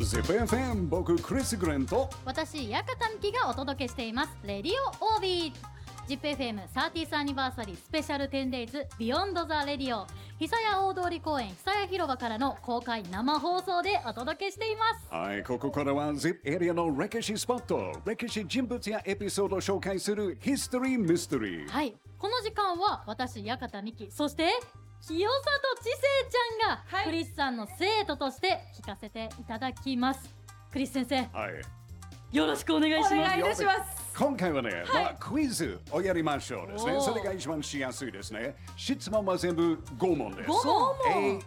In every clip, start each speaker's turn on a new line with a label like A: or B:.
A: ZIPFM 僕クリス・グレンと
B: 私ヤカタンキがお届けしていますレディオオービー ZIPFM 30th アニバーサリースペシャル 10days Beyond the Radio 久屋大通公園久屋広場からの公開生放送でお届けしています
A: はいここからは ZIP エリアの歴史スポット歴史人物やエピソードを紹介するヒストリー・ミステリー
B: はいこの時間は私ヤカタミキそして清里知世ちゃんが、
C: はい
B: クリスさんの生徒として聞かせていただきますクリス先生
A: はい
B: よろしくお願いします
C: お願いいたします
A: 今回はね、まあ、クイズをやりましょうですね
B: おー
A: それが一番しやすいですね質問は全部5問です
B: 五問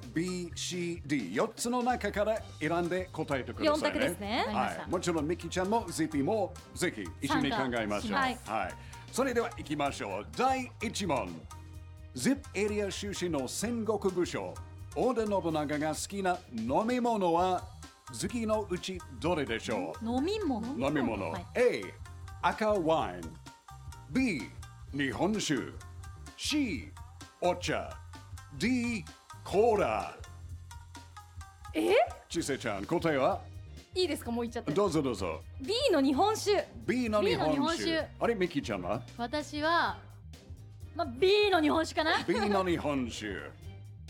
A: ABCD4 つの中から選んで答えてくださいね
C: 四択です
B: わ
C: ね
B: かりま
A: は
B: した
A: い、もちろんミキちゃんも ZP もぜひ一緒に考
B: 参加
A: えましょう
B: します
A: はい、それでは行きましょう第1問 ZIP エリア出身の戦国武将織田信長が好きな飲み物は次のうちどれでしょう
B: 飲み物
A: 飲み物、
B: はい
A: A 赤ワイン B 日本酒 C お茶 D コーラ
C: え
A: ちせちゃん答えはい
C: いですかもう言っちゃって
A: どうぞどうぞ
C: B の日本酒
A: B の日
B: B の
A: 本
B: 日本
A: 酒
B: 酒
A: あれミキちゃんは
B: 私は、まあ、B の日本酒かな
A: B の日本酒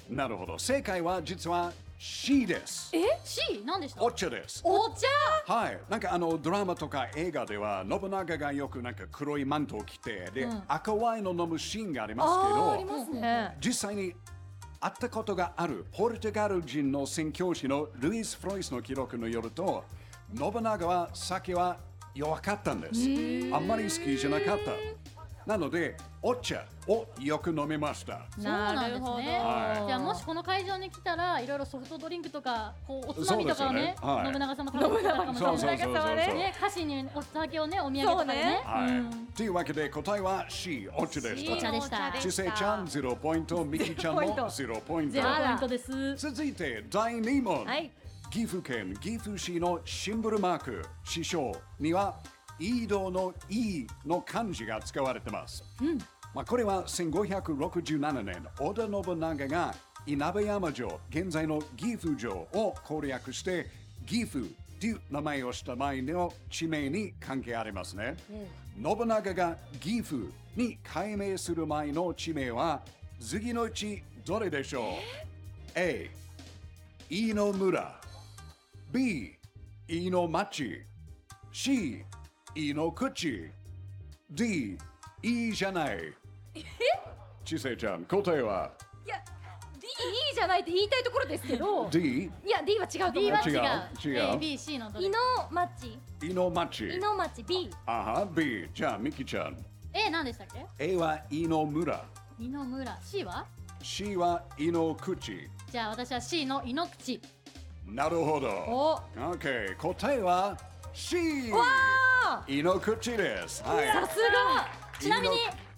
A: なるほど正解は実は C です
C: え
B: C 何でした
A: お茶です
C: お茶
A: はい、なんかあのドラマとか映画では信長がよくなんか黒いマントを着てで、赤ワインを飲むシーンがありますけど
C: あーありますね
A: 実際に会ったことがあるポルトガル人の宣教師のルイス・フロイスの記録によると信長は酒は弱かったんですあんまり好きじゃなかったなのでお茶をよく飲みました
C: なるほ
B: そ
C: ど
B: うなんですね、
A: はい
B: じゃあもしこの会場に来たらいろいろソフトドリンクとかこうおつまみとかをね
A: そうですよねはい
B: 信長さんも食べてたかもしれな
A: そ
B: い
A: うそうそうそう
B: ねね、歌詞にお酒をねお土産とかでね
A: はい、というわけで答えは C お茶でし
B: お
A: た
B: 茶でした
A: ちせちゃん0ポイントみきちゃんも
C: 0ポイント
A: 0ポイント
B: ゼロ
C: あ
B: ポ
C: ら
B: イントです
A: 続いて第2問、
C: はい
A: 岐阜県岐阜市のシンボルマーク師匠には井戸の「井」の漢字が使われてます、まあ、これは1567年織田信長が稲部山城現在の岐阜城を攻略して岐阜という名前をした前の地名に関係ありますね、信長が岐阜に改名する前の地名は次のうちどれでしょう、A 飯の村 B 飯の町 C 飯の口 D いいじゃないちせちゃん答えはい
C: や D じゃないって言いたいところですけど
A: D
C: いや D は違うと思
B: B
C: う
B: は違
A: 違
B: う
A: う違う
B: ABC のどれ
C: イノマッチ
A: 飯の町
C: イノマッチ B
A: あは B じゃあミキちゃん
B: A 何でしたっけ
A: A は飯の村
B: 井の村 C は
A: C は飯の口
B: じゃあ私は C の井の口
A: なるほど
C: お
A: OK 答えは C
C: あ
A: 飯の口ですはい
C: ーさすが
B: ちなみに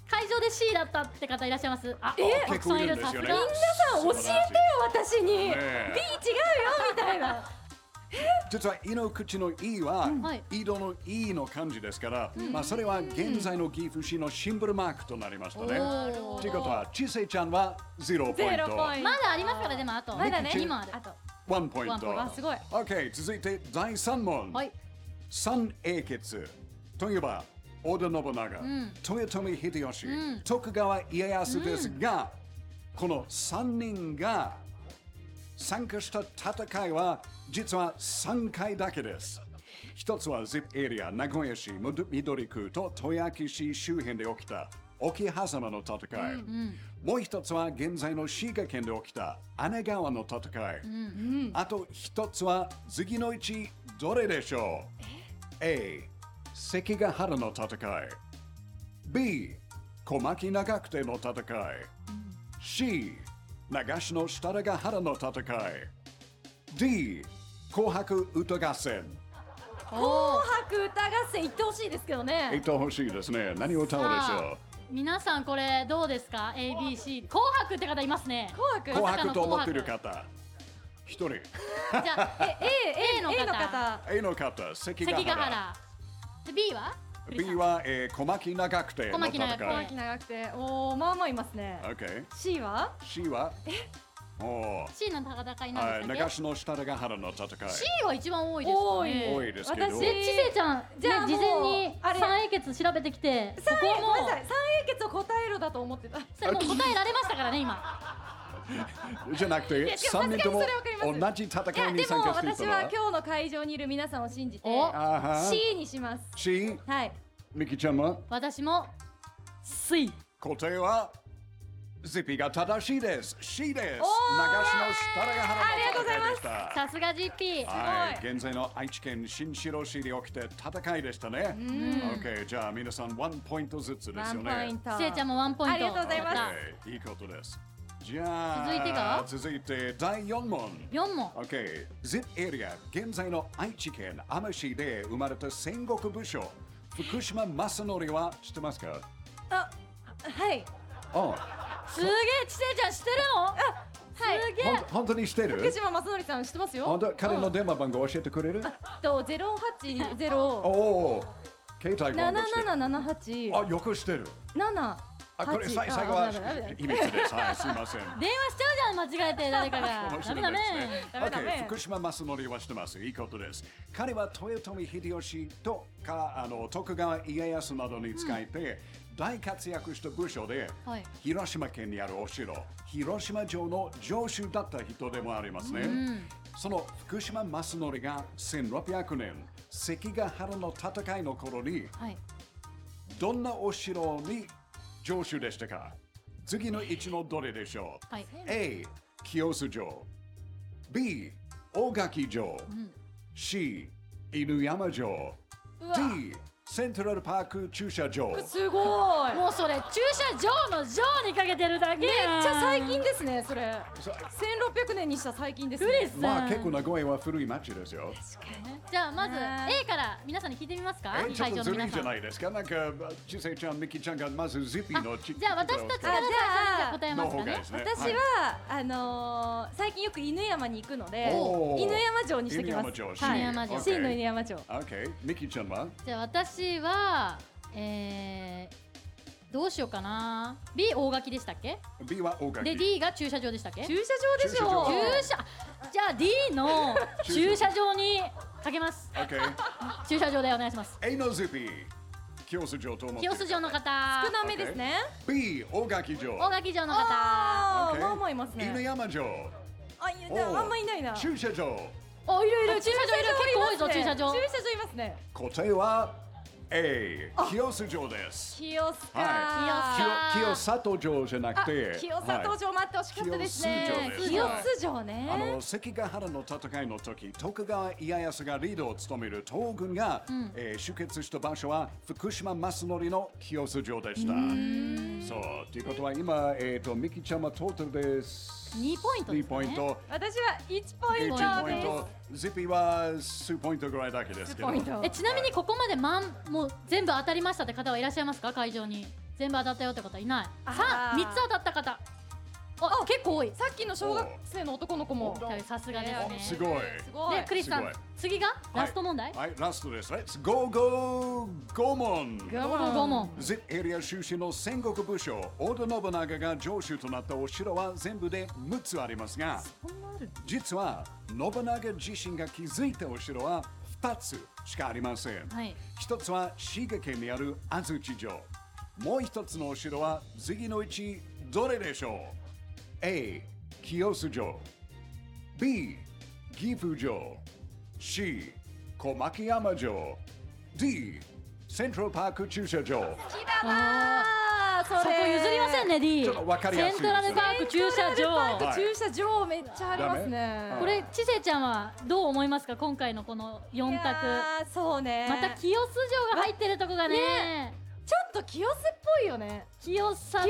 B: 会場で C だったって方いらっしゃいますあ
C: え
B: たくさんいる
A: 結
B: さ
A: 構いるんですよ
B: すが
A: ね
C: 皆さん教えてよ私に B 違うよ
A: え
C: みたいな
A: 実は「井の口の「い」は
B: はい
A: 「井戸の「い」の漢字ですから、まあ、それは現在の岐阜市のシンボルマークとなりましたね。
B: おー
A: ということはちせちゃんは0ポイ
C: ゼ
A: ン
C: ロ
A: ト
C: ポイント
B: まだありますからでもあと
C: まだね
B: 2問ある
C: あと
A: 1ポイ
B: ワ
A: ン
B: ン
A: ト。
B: ポイントあ
C: すごい
A: OK 続いて第3問。
B: はい
A: 三英傑といえば織田信長、豊臣秀吉、徳川家康ですが、この3人が参加した戦いは実は3回だけです。一つは ZIP エリア名古屋市緑区と豊明市周辺で起きた沖狭間の戦い、もう一つは現在の滋賀県で起きた姉川の戦い、あと一つは次のうちどれでしょう A 関ヶ原の戦い B 小牧長久手の戦い C 長篠設楽原の戦い D 紅白歌合戦
C: 紅白歌合戦行ってほしいですけど
A: 言っ
C: ね
A: てほしいですね何を歌うでしょ
B: さあ皆さんこれどうですか ABC 紅白って方いますね
C: 紅
A: う
C: 白
A: 紅白と思ってる方一 人
B: じゃあ
C: A,
B: A
C: A
B: の
C: の
B: 方
C: 方 A の方
A: A の方 関ヶ
B: 関ヶ
A: 原
B: 原で B は
A: B は、えー小牧長久手の
B: 小牧長久
A: 戦
B: 手
A: い
C: 長くておーまあまあいますね
A: OK
C: C は
A: C はおー
B: C の高田会な
A: は
B: ん
A: い、
B: でしたっ
A: 長
B: け
A: 篠設楽原の戦い。
B: C が一番多いですかね
A: 多いですけど
C: 私
B: で知性ちゃん
C: じゃあ
B: ね事
C: もう
B: 前に
C: あれ
B: 三英傑調べてきてここ
C: ごめん
B: も
C: なさい三英傑を答えろだと思ってた
B: それもう答えられましたからね今
A: じゃなく
C: い
A: て、
C: や
A: 三人とも
C: さすがにそれわかり
A: 同じ
C: いや
A: 戦いに
C: で
A: 参
C: も
A: 加してい
C: 私
A: た
C: は
A: ら。
C: 今日の会場にいる皆さんを信じて
B: お
A: あは
C: C にします
A: ー C、
C: はい
A: ミキちゃんは
B: 私も C
A: 答えはゼピが正しいです。C です。長
C: おー
A: 篠設楽原の戦いでした。
C: ありがとうございます
B: さすが GP
A: はい、
C: すご
A: 現在の愛知県新城市で起きて戦いでしたね。OK、じゃあ皆さん1ポイントずつで
C: ワ
A: すよ
C: ン
A: ね。
C: ポイント
B: 知性ちゃんもワンポイント
C: ありがとうございます
B: やっ
A: す。いいことです。じゃあ、
B: 続いてが
A: 続いて第4問。
B: た4問
A: OK、ZIP エリア、現在の愛知県アマ市で生まれた戦国武将、福島正則は知ってますか
C: あはい
A: あ、
B: すげえ知性ちゃん知ってるの
C: はい
A: ほん本当にして
C: 福
A: る
C: 島正則さん知ってますよ
A: 本当彼
C: う
A: の
C: ん
A: 電話番号教えてくれる
C: とゼロ八ゼロ
A: おお、携帯番号
C: 七
A: してる
C: 七七八
A: あ、よくしてる。
C: 七
A: あ、これさい最後は秘密です。はい、すみません。
B: 電話しちゃうじゃん間違えて誰かが
A: 面
B: ダ
A: 白い
B: メダメ
A: ですね
C: ダメダメ
A: OK 福島正則はしてます。いいことです。彼は豊臣秀吉とかあの徳川家康などに仕えて、大活躍した武将で、
B: はい
A: 広島県にあるお城、広島城の城主だった人でもありますね。その福島正則が1600年、関ヶ原の戦いの頃に、
B: はい
A: どんなお城に城主でしたか次のうちのどれでしょう、
B: はい
A: ?A、清洲城 B、大垣城、C、犬山城
C: うわ
A: D、セントラルパーク駐車場
C: すごい
B: もうそれ駐車場の場にかけてるだけ
C: めっ
B: やん
C: ちゃ最近ですねそれ
A: そう
C: 1600年にした最近です
B: うで
C: ね
B: す
A: まあ結構名古屋は古い町ですよ。
B: じゃあまず
C: ね
B: A から皆さんに聞いてみますか
A: えちょっ
B: 会
A: と
B: 場
A: ず
B: の
A: る
B: 皆
A: いじ
B: さ
A: ゃ
B: ん
A: ないですかなんか、ちせちゃん、みきちゃんがまずゼピのち
B: じゃあ私たちから
C: あじゃあ
B: 答えま
A: の
B: す
A: 方
B: か
A: が
B: ね
A: ですね。
C: 私
A: い
C: はあのー最近よく犬山に行くので
A: おー
C: 犬山城にしてきま
A: 犬山
C: す
A: 城
C: はい
B: 犬
A: OK
B: 山城
C: 真の犬山城
A: OK、みきちゃんは
B: じゃあ私はえー、どうしようかな B 大垣でしたっけ
A: ?B は大垣。
B: で D が駐車場でしたっけ
C: 駐車場で
A: 駐
C: しょ
A: 車場
B: 駐車じゃあ D の駐車場にかけます
A: OK。
B: 駐車場でお願いします
A: A のゼピ清洲城と思って
B: 清洲城の方
C: 少なめですね
A: B 大垣城
B: 大垣城の方
C: あー
A: OK
C: まあまあいます
A: 犬
C: ね
A: 山城
C: あいや
A: おう
C: あんまいないな
A: 駐車場
B: おいるいる駐車場いる結構多いぞ
C: 駐
B: 駐車場
C: 駐車場いますね
A: 答えは A 清洲城です
C: 清須か
A: は
B: 清須
A: 清清里城じゃなく
C: あ
A: て
C: 清里城待ってほしかったですね
A: 清須城です
C: 清須城ね
A: はいあの関ヶ原の戦いの時徳川家康がリードを務める東軍が、えー集結した場所は福島正則の清洲城でしたそうということは今えっ、とミキちゃんはトータルです
B: 2ポイントで
A: 2
B: すね
A: ポイント
C: 私は1ポイン
A: 1
C: ト
A: ポイント
C: で、
A: ゼピは数ポイントぐらいだけです
C: す
A: けど。
C: ポイント
B: えちなみにここまで満もう全部当たりましたって方はいらっしゃいますか会場に全部当たったよって方いない
C: あ
B: 3
C: ー
B: 三つ当たった方あ結構多い
C: さっきの小学生の男の子も
B: さすがですね
A: すごい。
C: すごい
B: でクリスさ
A: すご
B: ん
A: い
B: 次がラスト問題、
A: はい、はいラストです。Let's go go 5問。
B: 五問五問
A: ZIP エリア出身の戦国武将、織田信長が城主となったお城は全部で6つありますが、実は信長自身が築いたお城は2つしかありません。
B: はい
A: 一つは滋賀県にある安土城もう一つのお城は次のうちどれでしょう A 清洲城 B 岐阜城 C 小牧山城 D セントラルパーク駐車場
C: あーそ
B: そこ譲りませんね D
A: ちょっと分かりやすい
B: セントラルパーク駐車場
A: は
C: はいい、駐車場めっちゃあります
A: ダ
C: ね
A: メ
B: これちせちゃんはどう思いますか今回のこの4
C: い
B: 択
C: やーそうね
B: また清洲城が入ってるとこがね
C: ちょっと清須っぽいよね
B: 清里
C: 里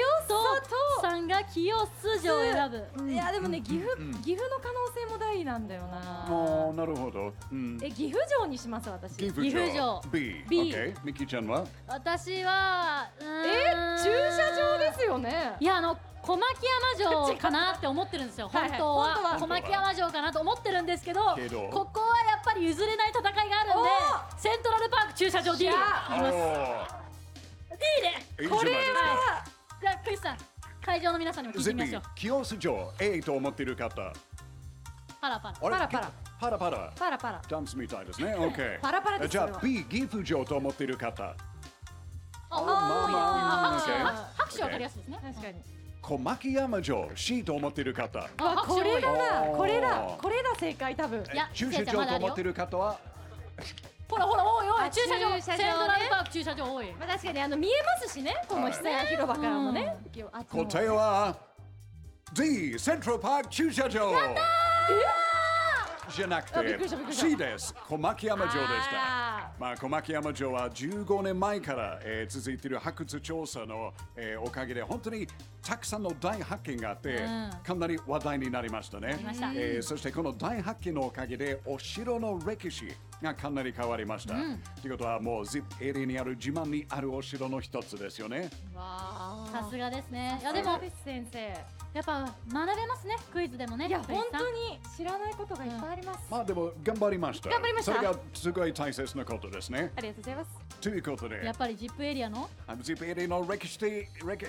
B: さんが清洲城を選ぶ
C: いやでもね岐阜、岐阜の可能性も大なんだよな
A: ああなるほど、うん、
C: え岐阜城にします私
A: 岐阜
B: 岐
A: 城
B: 阜城
A: B,
B: B
A: OK ミキちゃんは
B: 私はえ
C: え駐車場ですよね
B: いやあの小牧山城かなって思ってるんですよ
C: はい
B: 本当は,、
C: 本当は
B: 小牧山城かなと思ってるんですけど
A: けど
B: ここはやっぱり譲れない戦いがあるんで
C: お
B: セントラルパーク駐車場 D
C: い
B: い
C: や
B: きます
A: おー
B: D で
A: いいじゃないですか
B: じゃあクリスさん会場の皆さんにも聞い
A: ぜ
B: てみまし
A: ひ
B: ょう。
A: 清洲城ええと思っている方
B: パラパラ。
A: あれ
C: パラパラ
A: パラパラ
C: パラパラ。
A: ダンスみたいです ね OK
C: パラパラです
A: じゃ
C: それ
A: あ
C: は
A: B 岐阜城と思っている方
B: あ、多い
A: まあまあ
B: ですね
A: まあ
B: あ拍手拍手はわかりやすいですね。
C: 確かに。
A: 小牧山城 C と思っている方
B: あ
C: あ、これだ
A: 拍手
C: な、
A: 多い
C: これ
A: お
C: だ
A: ー、
C: これだ正解多分。
B: いや
A: 駐車場と思っている方は
B: ほらほら、おいおい、
C: あ
B: 駐車場、
C: 駐車場ね
B: セントラルパーク駐車場多い。
C: まあ、確かにあの見えますしね、この久屋広場からもね。あっちの方
A: 答えは D セントラルパーク駐車場じゃなく
C: あびってくりしたびっくりした
A: C です小牧山城でした
C: あ
A: まあ小牧山城は15年前から、えー続いている発掘調査の、えーおかげで本当にたくさんの大発見があって、
B: うん
A: かなり話題になりましたね
B: りました
A: えーそしてこの大発見のおかげでお城の歴史がかなり変わりました、ということはもう ZIP エリアにある自慢にあるお城の一つですよね
C: ーわ
B: さすがですね。い
C: あ
B: や、でも、
C: です先生。
B: やっぱ学べますね、クイズでもね。
C: いや、
B: 福井
C: 本
B: さん
C: 当に知らないことがいっぱいあります。
A: まあでも頑張りました。
C: 頑張りました
A: それがすごい大切なことですね。
C: ありがとうございます。
A: ということで
B: や、っぱりジップエリアの
A: あのジペリの歴史 で、歴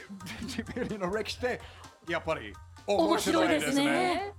A: ジペリの歴史で、やっぱり
B: 面
A: 面
B: 白
A: 白
B: い
A: いで
B: で
A: すす
B: ね
A: ね。